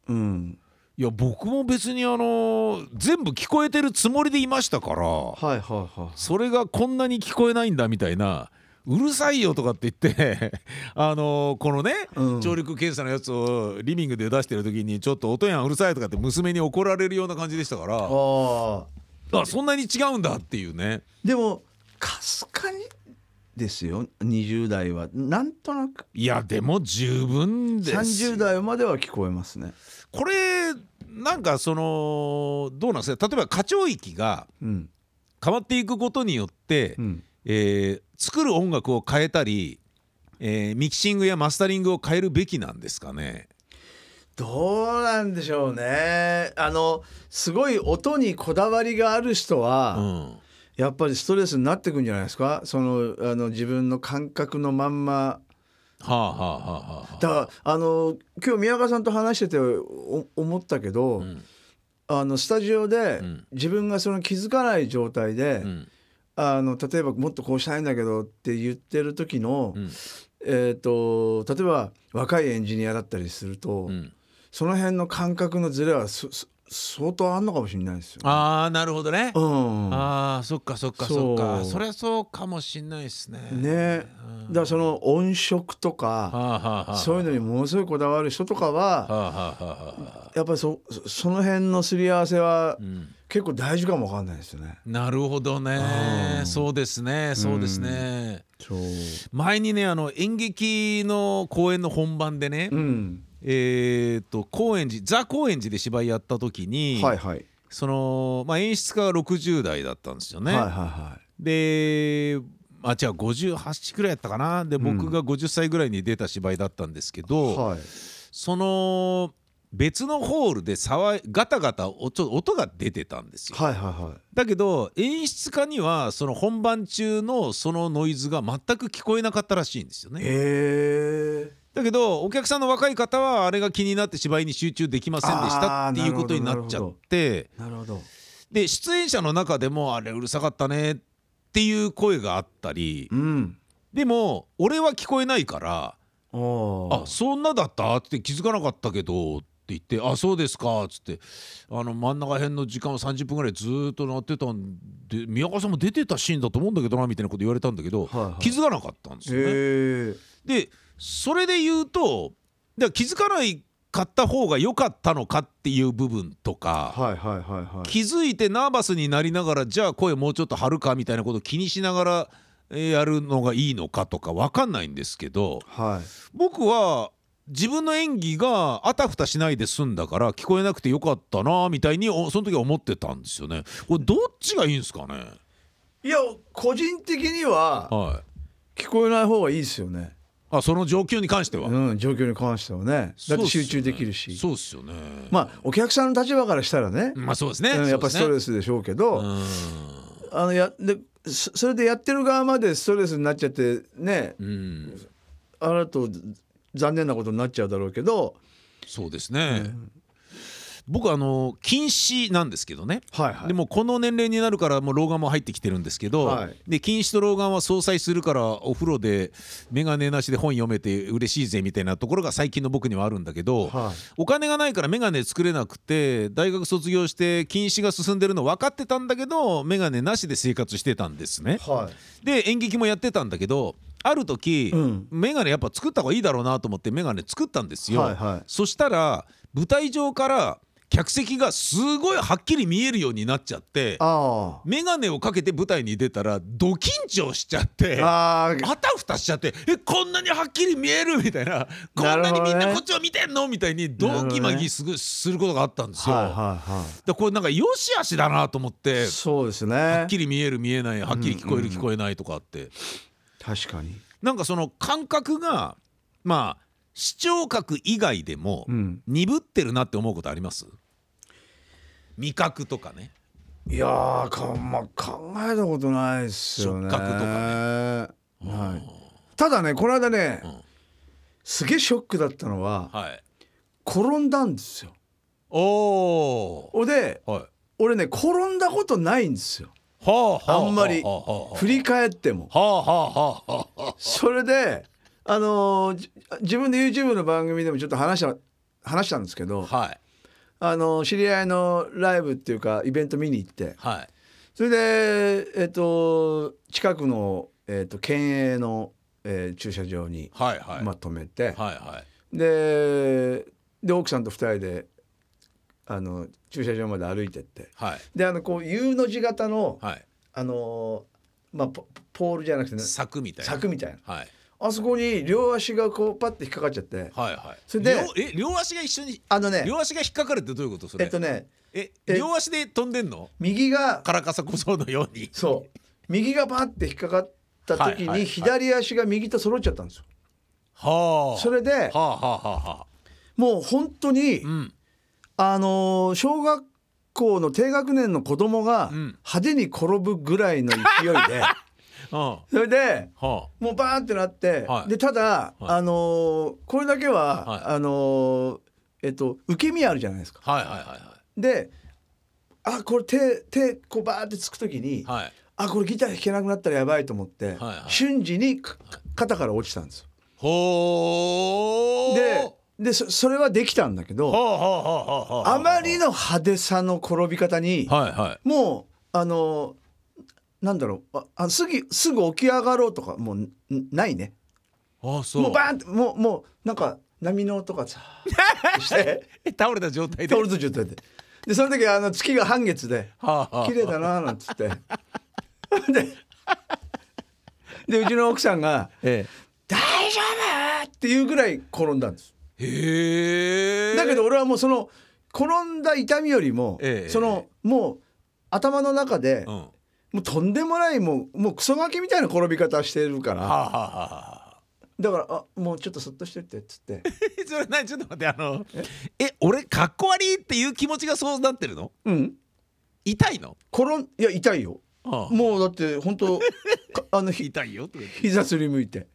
Speaker 1: あ
Speaker 2: うん、
Speaker 1: いや僕も別にあの全部聞こえてるつもりでいましたから
Speaker 2: はいはいは
Speaker 1: それがこんなに聞こえないんだみたいな。うるさいよとかって言って (laughs) あのこのね、
Speaker 2: うん
Speaker 1: 聴力検査のやつをリビングで出してる時にちょっと音やんうるさいとかって娘に怒られるような感じでしたから
Speaker 2: ああ
Speaker 1: あそんなに違うんだっていうね
Speaker 2: でもかすかにですよ20代はなんとなく
Speaker 1: いやでも十分です
Speaker 2: 30代までは聞こえますね、
Speaker 1: これなんかそのどうなんですか例えば課長域が
Speaker 2: うん
Speaker 1: 変わっていくことによって、
Speaker 2: うん、
Speaker 1: えー作る音楽を変えたり、えーミキシングやマスタリングを変えるべきなんですかね
Speaker 2: どうなんでしょうねあのすごい音にこだわりがある人は、
Speaker 1: うん
Speaker 2: やっぱりストレスになってくんじゃないですかそのあの自分の感覚のまんま
Speaker 1: はあはあはあは
Speaker 2: だからあの今日宮川さんと話しててお思ったけど、
Speaker 1: あうん
Speaker 2: あのスタジオで
Speaker 1: うん
Speaker 2: 自分がその気づかない状態で、
Speaker 1: うん
Speaker 2: あの例えばもっとこうしたいんだけどって言ってる時の、
Speaker 1: うん
Speaker 2: えー、と例えば若いエンジニアだったりすると、
Speaker 1: うん
Speaker 2: その辺の感覚のズレはそそ相当あんのかもしれないですよ、
Speaker 1: ああなるほどね
Speaker 2: うん、
Speaker 1: ああそっかそっかそっか
Speaker 2: そう
Speaker 1: そりゃそうかもしんないですね
Speaker 2: ね
Speaker 1: うん
Speaker 2: だからその音色
Speaker 1: は
Speaker 2: と
Speaker 1: あ
Speaker 2: か、
Speaker 1: はあはあ
Speaker 2: そういうのにものすごいこだわる人とかは、
Speaker 1: はあはあはあはあ
Speaker 2: やっぱりそそその辺のすり合わせは
Speaker 1: うん
Speaker 2: 結構大事かもわかんないですよね。
Speaker 1: なるほどね
Speaker 2: うん
Speaker 1: そうですねそうですね、
Speaker 2: そう
Speaker 1: 前にねあの演劇の公演の本番でね、
Speaker 2: うん、
Speaker 1: えーっと高円寺ザ・高円寺で芝居やった時に、
Speaker 2: はいはい、
Speaker 1: その、まあ、演出家が60代だったんですよね、
Speaker 2: はいはいは
Speaker 1: であ違う58くらいやったかなで僕が50歳ぐらいに出た芝居だったんですけ
Speaker 2: い
Speaker 1: ど、
Speaker 2: はい
Speaker 1: その別のホールで騒いガタガタおちょ音が出てたんですよ。
Speaker 2: はいはいは
Speaker 1: だけど演出家にはその本番中のそのノイズが全く聞こえなかったらしいんですよ
Speaker 2: い。
Speaker 1: ね。
Speaker 2: え
Speaker 1: だけどお客さんの若い方はあれが気になって芝居に集中できませんでした
Speaker 2: あー
Speaker 1: っていうことになっちゃって
Speaker 2: ー、なるほど。
Speaker 1: で出演者の中でもあれうるさかったねっていう声があったり
Speaker 2: うん。
Speaker 1: でも俺は聞こえないから「
Speaker 2: お
Speaker 1: あそんなだった?」って気づかなかったけど。って言って「あそうですか」っつってあの真ん中辺の時間を30分ぐらいずーっと鳴ってたんで宮川さんも出てたシーンだと思うんだけどなみたいなこと言われたんだけど、
Speaker 2: はいはい
Speaker 1: 気づかなかったんですよね。
Speaker 2: えー、
Speaker 1: でそれで言うとだから気づかない買った方が良かったのかっていう部分とか、
Speaker 2: はいはいはいはい
Speaker 1: 気づいてナーバスになりながらじゃあ声もうちょっと張るかみたいなことを気にしながらえーやるのがいいのかとか分かんないんですけど
Speaker 2: はい
Speaker 1: 僕は自分の演技があたふたしないで済んだから聞こえなくてよかったなみたいにおその時は思ってたんですよね。これどっちがいいんですかね
Speaker 2: いや個人的には
Speaker 1: はい
Speaker 2: 聞こえない方がいいですよね
Speaker 1: あその状況に関しては、
Speaker 2: うん状況に関してはねだって集中できるし、
Speaker 1: そうっすよねま
Speaker 2: まあお客さんの立場からしたらね、
Speaker 1: まあそうですね、
Speaker 2: うんやっぱスト
Speaker 1: そうで
Speaker 2: レ
Speaker 1: す
Speaker 2: スでしょうけど、
Speaker 1: ね
Speaker 2: あのやでそそれでやってる側までストレスになっちゃってね
Speaker 1: うんうん
Speaker 2: あらと残念なことになっちゃうだろうけど
Speaker 1: そうですね、僕あの禁止なんですけどね
Speaker 2: はいはい
Speaker 1: でもこの年齢になるからもう老眼も入ってきてるんですけど、
Speaker 2: はい
Speaker 1: で近視と老眼は相殺するからお風呂で眼鏡なしで本読めて嬉しいぜみたいなところが最近の僕にはあるんだけど、
Speaker 2: はい
Speaker 1: お金がないから眼鏡作れなくて大学卒業して近視が進んでるの分かってたんだけど眼鏡なしで生活してたんですね。
Speaker 2: は
Speaker 1: で演劇もやってたんだけどある時、
Speaker 2: うん
Speaker 1: メガネやっぱ作った方がいいだろうなと思ってメガネ作ったんですよ、
Speaker 2: はいはい
Speaker 1: そしたら舞台上から客席がすごいはっきり見えるようになっちゃって
Speaker 2: あ
Speaker 1: メガネをかけて舞台に出たらド緊張しちゃって
Speaker 2: あああ
Speaker 1: あたふたしちゃってえこんなにはっきり見えるみたいなこん
Speaker 2: なる
Speaker 1: な
Speaker 2: ほ
Speaker 1: に
Speaker 2: どね
Speaker 1: みんなこっちを見てんのみたいにドギマギすぐすることがあったんですよ。
Speaker 2: はいはいは
Speaker 1: でこれなんかよしあしだなと思って
Speaker 2: いそうです
Speaker 1: は
Speaker 2: ね
Speaker 1: っきり見える見えないはっきり聞こえる聞こえないとかって。
Speaker 2: 確かに
Speaker 1: なんかその感覚がまあ視聴覚以外でも
Speaker 2: うん
Speaker 1: 鈍ってるなって思うことあります、味覚とかね
Speaker 2: いやーか、まあ、考えたことないですよね
Speaker 1: 触覚と
Speaker 2: ね、はい、ただねこの間ね、
Speaker 1: ん
Speaker 2: すげえショックだったのは
Speaker 1: はい
Speaker 2: 転んだんですよ
Speaker 1: おお
Speaker 2: おで
Speaker 1: はい
Speaker 2: 俺ね転んだことないんですよ
Speaker 1: はあは
Speaker 2: あんまり
Speaker 1: はあはあは
Speaker 2: 振り返っても
Speaker 1: あはあはあはあ
Speaker 2: それであのーじ自分で YouTube の番組でもちょっと話した話したんですけど
Speaker 1: はい
Speaker 2: あのー知り合いのライブっていうかイベント見に行って
Speaker 1: はい
Speaker 2: それでえっと近くのえっと県営の、えー駐車場に
Speaker 1: はいはい
Speaker 2: まとめ
Speaker 1: は
Speaker 2: て、
Speaker 1: いはい
Speaker 2: でで奥さんと二人であの駐車場まで歩いてって
Speaker 1: はい
Speaker 2: であのこう U の字型の、
Speaker 1: はい
Speaker 2: あのーまあポポールじゃなくて、ね、
Speaker 1: 柵みたいな
Speaker 2: 柵みたいな
Speaker 1: はい
Speaker 2: あそこに両足がこうパッて引っかかっちゃって
Speaker 1: はいはい
Speaker 2: それで
Speaker 1: 両え両足が一緒に
Speaker 2: あのね
Speaker 1: 両足が引っかかるってどういうことそ
Speaker 2: え
Speaker 1: れ
Speaker 2: っとね
Speaker 1: え
Speaker 2: え
Speaker 1: 両足で飛んでんの
Speaker 2: 右が
Speaker 1: カラカサ小僧のように
Speaker 2: そう右がパッて引っかかった
Speaker 1: はい
Speaker 2: 時
Speaker 1: はいは
Speaker 2: に
Speaker 1: い
Speaker 2: 左足が右と揃っちゃったんですよ。
Speaker 1: はあ
Speaker 2: それで
Speaker 1: はあはあはあはあ
Speaker 2: もう本当に
Speaker 1: うん
Speaker 2: あのー小学校の低学年の子供が
Speaker 1: ん
Speaker 2: 派手に転ぶぐらいの勢い
Speaker 1: (laughs)
Speaker 2: で
Speaker 1: うんは
Speaker 2: それで
Speaker 1: あ
Speaker 2: もうバーンってなって、
Speaker 1: はい
Speaker 2: でただ、
Speaker 1: い
Speaker 2: あのーこれだけは、
Speaker 1: はい
Speaker 2: あのーえっと受け身あるじゃないですか。
Speaker 1: はいはいは
Speaker 2: であこれ手手こうバーってつく時に、
Speaker 1: いはいはい
Speaker 2: あこれギター弾けなくなったらやばいと思って、
Speaker 1: はい
Speaker 2: 瞬時にか肩から落ちたんですよ。
Speaker 1: ほー
Speaker 2: ででそそれはできたんだけ
Speaker 1: は
Speaker 2: ど
Speaker 1: あはあはあはあはあ
Speaker 2: あまりの派手さの転び方に、
Speaker 1: はいはい
Speaker 2: もうあのなんだろうああすぐすぐ起き上がろうとかもうんないね
Speaker 1: あそう
Speaker 2: もうバーンってもうもうなんか波の音がさーってして
Speaker 1: え倒れた状態で
Speaker 2: 倒れ途中ででその時あの月が半月で
Speaker 1: はあはあ
Speaker 2: 綺麗だなーなんつってででうちの奥さんが
Speaker 1: え
Speaker 2: 「大丈夫!」っていうぐらい転んだんです
Speaker 1: えへえ
Speaker 2: だけど俺はもうその転んだ痛みよりも、
Speaker 1: ええ
Speaker 2: そのもう頭の中で、
Speaker 1: うんは
Speaker 2: もうとんでもないもうもうクソガキみたいな転び方してるか
Speaker 1: あ
Speaker 2: ら
Speaker 1: はあはあはあ
Speaker 2: だからあもうちょっとそっとしといてっつっ
Speaker 1: (laughs)
Speaker 2: て
Speaker 1: え (laughs) それ何ちょっと待ってあのえ俺かっこ悪いっていう気持ちがそうなってるの
Speaker 2: うん
Speaker 1: 痛いの
Speaker 2: 転んいや痛いよ
Speaker 1: ああ
Speaker 2: もうだって
Speaker 1: (laughs)
Speaker 2: 本当かあのひ
Speaker 1: 痛いよって言って (laughs)
Speaker 2: 膝すりむいて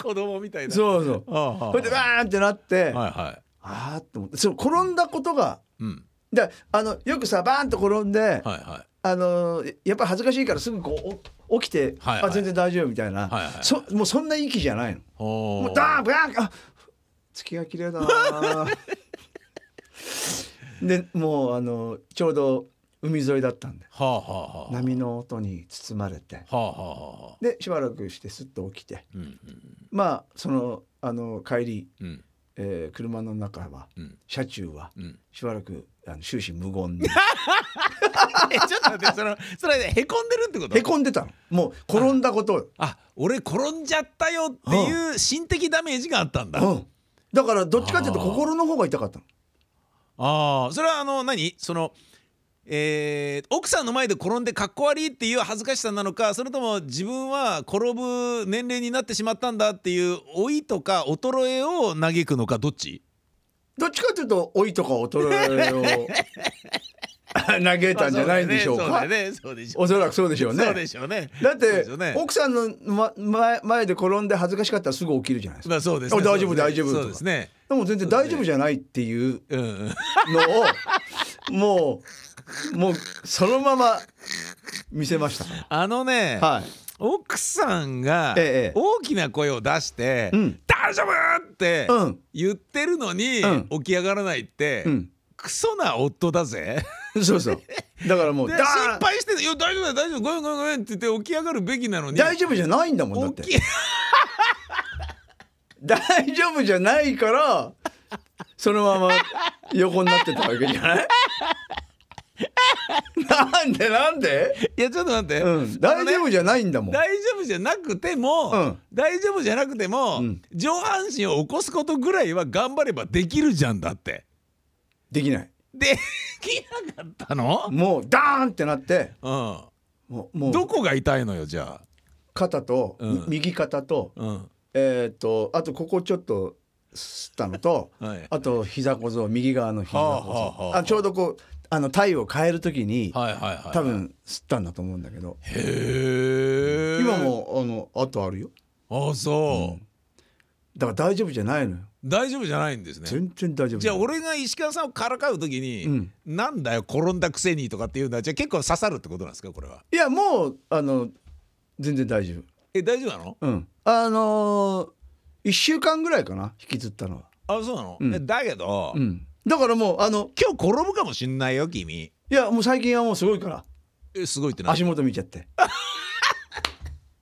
Speaker 1: 子供みたいなう
Speaker 2: そうそう
Speaker 1: ああはあ
Speaker 2: それでバーンってなって、
Speaker 1: はいは
Speaker 2: あーって思ってその転んだことが
Speaker 1: いうん
Speaker 2: だあのよくさバーンと転んで、
Speaker 1: はいはい
Speaker 2: あのややっぱ恥ずかしいからすぐこうお起きて、
Speaker 1: はいはい
Speaker 2: あ全然大丈夫みたいな、
Speaker 1: はいはい
Speaker 2: そもうそんな息じゃないの。
Speaker 1: も
Speaker 2: もうダーンバーンあ月が綺麗だな (laughs) でもうあのちょうど海沿いだったんで
Speaker 1: はあはあはあ。
Speaker 2: 波の音に包まれて
Speaker 1: はあはあはあ。
Speaker 2: でしばらくしてすっと起きて
Speaker 1: うんうん
Speaker 2: まあそのあの帰り、
Speaker 1: うん
Speaker 2: えー車の中は、
Speaker 1: うん
Speaker 2: 車中は、
Speaker 1: うん
Speaker 2: しばらくあの終始無言 (laughs) で
Speaker 1: え (laughs) ちょっと待ってそのそれでへこんでるってこと
Speaker 2: へこんでたのもう転んだことを、
Speaker 1: あ俺転んじゃったよっていう心的ダメージがあったんだ、
Speaker 2: うん、だからどっちかっていうと
Speaker 1: あー
Speaker 2: 心の方が痛かったの
Speaker 1: ああそれはあの何そのえー奥さんの前で転んでかっこ悪いっていう恥ずかしさなのかそれとも自分は転ぶ年齢になってしまったんだっていう老いとか衰えを嘆くのかどっち
Speaker 2: どっちかっていうと老いとか衰え (laughs) を投げたんじゃないんでしょう
Speaker 1: まあそう
Speaker 2: か
Speaker 1: だよねそうだよね
Speaker 2: (laughs) おそらくそうでしょうね
Speaker 1: そうでしょうね
Speaker 2: だっ
Speaker 1: そうで
Speaker 2: て
Speaker 1: しょうね
Speaker 2: 奥さんの、ま、前前で転んで恥ずかしかったらすぐ起きるじゃないですか
Speaker 1: まあそうですね
Speaker 2: あ大丈
Speaker 1: そう
Speaker 2: 夫
Speaker 1: ですね
Speaker 2: 大丈夫とか
Speaker 1: そうですね
Speaker 2: でも全然大丈夫じゃないっていう
Speaker 1: うんうん
Speaker 2: のを (laughs) もうもうそのまま見せましたか
Speaker 1: あのね、
Speaker 2: らはい
Speaker 1: 奥さんが
Speaker 2: ええ
Speaker 1: 大きな声を出して
Speaker 2: うん
Speaker 1: 「大丈夫!」って
Speaker 2: うん
Speaker 1: 言ってるのに
Speaker 2: うん
Speaker 1: 起き上がらないって
Speaker 2: うん
Speaker 1: クソな夫だぜ。
Speaker 2: そうそうだからもう
Speaker 1: で
Speaker 2: だ
Speaker 1: 心配してて「いや大丈夫だよ大丈夫ごめんごめんごめん」って言って起き上がるべきなのに
Speaker 2: 大丈夫じゃないんだもんだっ
Speaker 1: 大
Speaker 2: て
Speaker 1: きい
Speaker 2: 大丈夫じゃないからそのまま横になってたわけじゃない
Speaker 1: (laughs)
Speaker 2: なんでなんで、
Speaker 1: いやちょっと待って、
Speaker 2: うん、大丈夫じゃないんだもん
Speaker 1: 大丈夫じゃなくても、
Speaker 2: うん
Speaker 1: 大丈夫じゃなくても、
Speaker 2: うん
Speaker 1: 上半身を起こすことぐらいは頑張ればできるじゃんだって
Speaker 2: できない
Speaker 1: で (laughs) きなかったの、
Speaker 2: もうダーンってなって
Speaker 1: う
Speaker 2: もうも
Speaker 1: ん、
Speaker 2: う
Speaker 1: どこが痛いのよじゃあ、
Speaker 2: 肩と、
Speaker 1: うん
Speaker 2: み右肩と
Speaker 1: うん
Speaker 2: えっ、とあとここちょっとすったのと
Speaker 1: はい、
Speaker 2: あと膝小僧右側の膝小僧、
Speaker 1: はあはあはあ
Speaker 2: あちょうどこうあの体を変えるときに、
Speaker 1: はいはいはい
Speaker 2: 多分すったんだと思うんだけど
Speaker 1: へえ
Speaker 2: 今もあの後あるよ
Speaker 1: あそう、
Speaker 2: だから大丈夫じゃないのよ
Speaker 1: 大丈夫じゃないんですね
Speaker 2: 全然大丈夫
Speaker 1: じゃあ
Speaker 2: ない
Speaker 1: 俺が石川さんをからかう時に、
Speaker 2: うん
Speaker 1: なんだよ転んだくせにとかっていうのはじゃあ結構刺さるってことなんですかこれはい
Speaker 2: やもうあの全然大丈
Speaker 1: え大丈夫なの
Speaker 2: 夫うんあのー、1週間ぐらいかな引きずったのは
Speaker 1: あそうなの、
Speaker 2: うん
Speaker 1: えだけど、
Speaker 2: うんだからもうあの
Speaker 1: 今日転ぶかもしんないよ君
Speaker 2: いやもう最近はもうすごいから
Speaker 1: えすごいってな
Speaker 2: 足元見ちゃって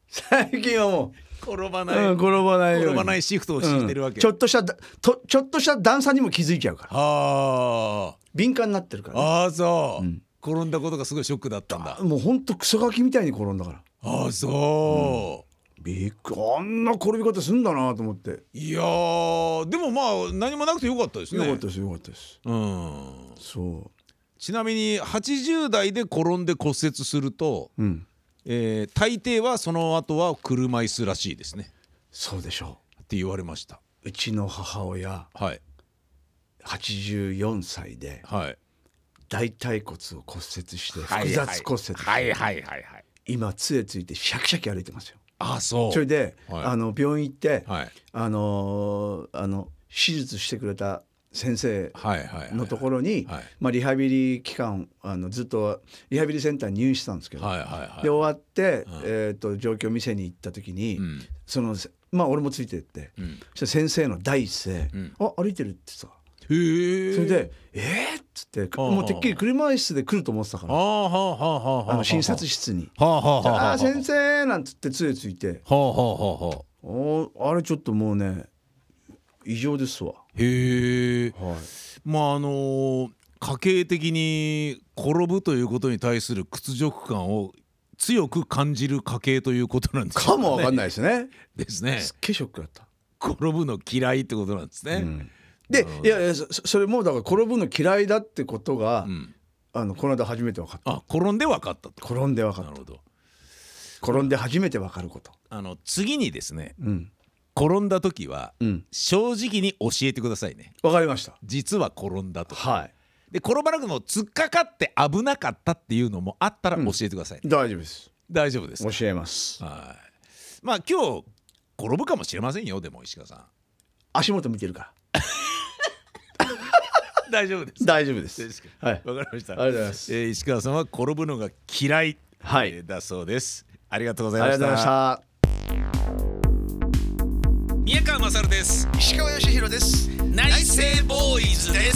Speaker 2: 最近はも
Speaker 1: 転ば
Speaker 2: う、
Speaker 1: ない、
Speaker 2: うん、転ばないように
Speaker 1: 転ばないシフトを敷いてるわけ、
Speaker 2: うんちょっとしただとちょっとした段差にも気づいちゃうから
Speaker 1: は
Speaker 2: 敏感になってるか
Speaker 1: あ
Speaker 2: らね、
Speaker 1: ああそう、
Speaker 2: うん
Speaker 1: 転んだことがすごいショックだったんだ
Speaker 2: もうほんとクソガキみたいに転んだから
Speaker 1: ああそう、
Speaker 2: びっくりあんな転び方すんだなと思って
Speaker 1: いやーでもまあ何もなくてよかったです
Speaker 2: よ
Speaker 1: ね
Speaker 2: かったですよかったです
Speaker 1: うん
Speaker 2: そ
Speaker 1: ちなみに80代で転んで骨折すると、
Speaker 2: ううん
Speaker 1: えー大抵はその後は車椅子らしいですね
Speaker 2: そうでしょ
Speaker 1: って言われました
Speaker 2: ううちの母親
Speaker 1: はい
Speaker 2: 84歳で
Speaker 1: はい
Speaker 2: 大腿骨を骨折して複雑骨折、
Speaker 1: はいはいはいはい
Speaker 2: 今杖ついてシャキシャキ歩いてますよ
Speaker 1: あそう
Speaker 2: それで、
Speaker 1: はい
Speaker 2: あの病院行って、
Speaker 1: はい
Speaker 2: あのーあの手術してくれた先生
Speaker 1: はいはいはい
Speaker 2: のところに、
Speaker 1: はい
Speaker 2: まあ、リハビリ期間あのずっとリハビリセンターに入院してたんですけど、
Speaker 1: はいはい
Speaker 2: で
Speaker 1: は
Speaker 2: 終わって、
Speaker 1: うん
Speaker 2: えー、と状況見せに行った時に、
Speaker 1: いうん
Speaker 2: そのまあ俺もついてって
Speaker 1: うん
Speaker 2: そしたら先生の第一声「
Speaker 1: うん
Speaker 2: あ歩いてる」ってさ
Speaker 1: へえ
Speaker 2: それで「えーっ?」つって
Speaker 1: あはあ
Speaker 2: もうてっきり車椅子で来ると思ってたか
Speaker 1: は
Speaker 2: ら
Speaker 1: あはあはあはあ
Speaker 2: あの診察
Speaker 1: 室
Speaker 2: 室に
Speaker 1: はあはあ
Speaker 2: 「
Speaker 1: はあ
Speaker 2: あ
Speaker 1: は
Speaker 2: あ先生」なんつって杖ついて
Speaker 1: はあはあはあ
Speaker 2: 「おーあれちょっともうね異常ですわ」
Speaker 1: へえ
Speaker 2: はい
Speaker 1: まああのー家計的に転ぶということに対する屈辱感を強く感じる家計ということなんですよ
Speaker 2: かもわかん
Speaker 1: ね
Speaker 2: ないですね。
Speaker 1: ですね
Speaker 2: すっげえショックだった。
Speaker 1: 転ぶの嫌いってことなんですね。
Speaker 2: うんで
Speaker 1: なるほ、ど
Speaker 2: いやいや、そそれもだから転ぶの嫌いだってことが、
Speaker 1: うん
Speaker 2: あのこの間初めて分かっ
Speaker 1: あ転んで分かった
Speaker 2: た。
Speaker 1: と。
Speaker 2: 転んで分か
Speaker 1: な
Speaker 2: っ
Speaker 1: るほど。
Speaker 2: た。転んで初めて分かること。
Speaker 1: あの次にですね
Speaker 2: うん。
Speaker 1: 転んだ時は
Speaker 2: うん。
Speaker 1: 正直に教えてくださいね。
Speaker 2: 分かりました。
Speaker 1: 実は転んだと。
Speaker 2: はい。
Speaker 1: で転ばなくても突っかかって危なかったっていうのもあったら教えてください、
Speaker 2: 大丈夫です。
Speaker 1: 大丈夫です。
Speaker 2: 教えます。
Speaker 1: はい。まあ今日転ぶかもしれませんよ (laughs) でも石川さ
Speaker 2: 足元見てるから。
Speaker 1: ん。大丈夫です。
Speaker 2: 大丈夫です。はい。あり
Speaker 1: わかりました。
Speaker 2: がとうございます。
Speaker 1: えー石川さんは転ぶのが嫌い、
Speaker 2: はい
Speaker 1: えーだそうです。ありがとうござ
Speaker 2: あ
Speaker 1: い
Speaker 2: りが
Speaker 1: まし
Speaker 2: とうござ
Speaker 1: た
Speaker 2: いまし。た。
Speaker 1: 宮川勝です
Speaker 2: 石川義弘です。
Speaker 1: 内政ボーイズです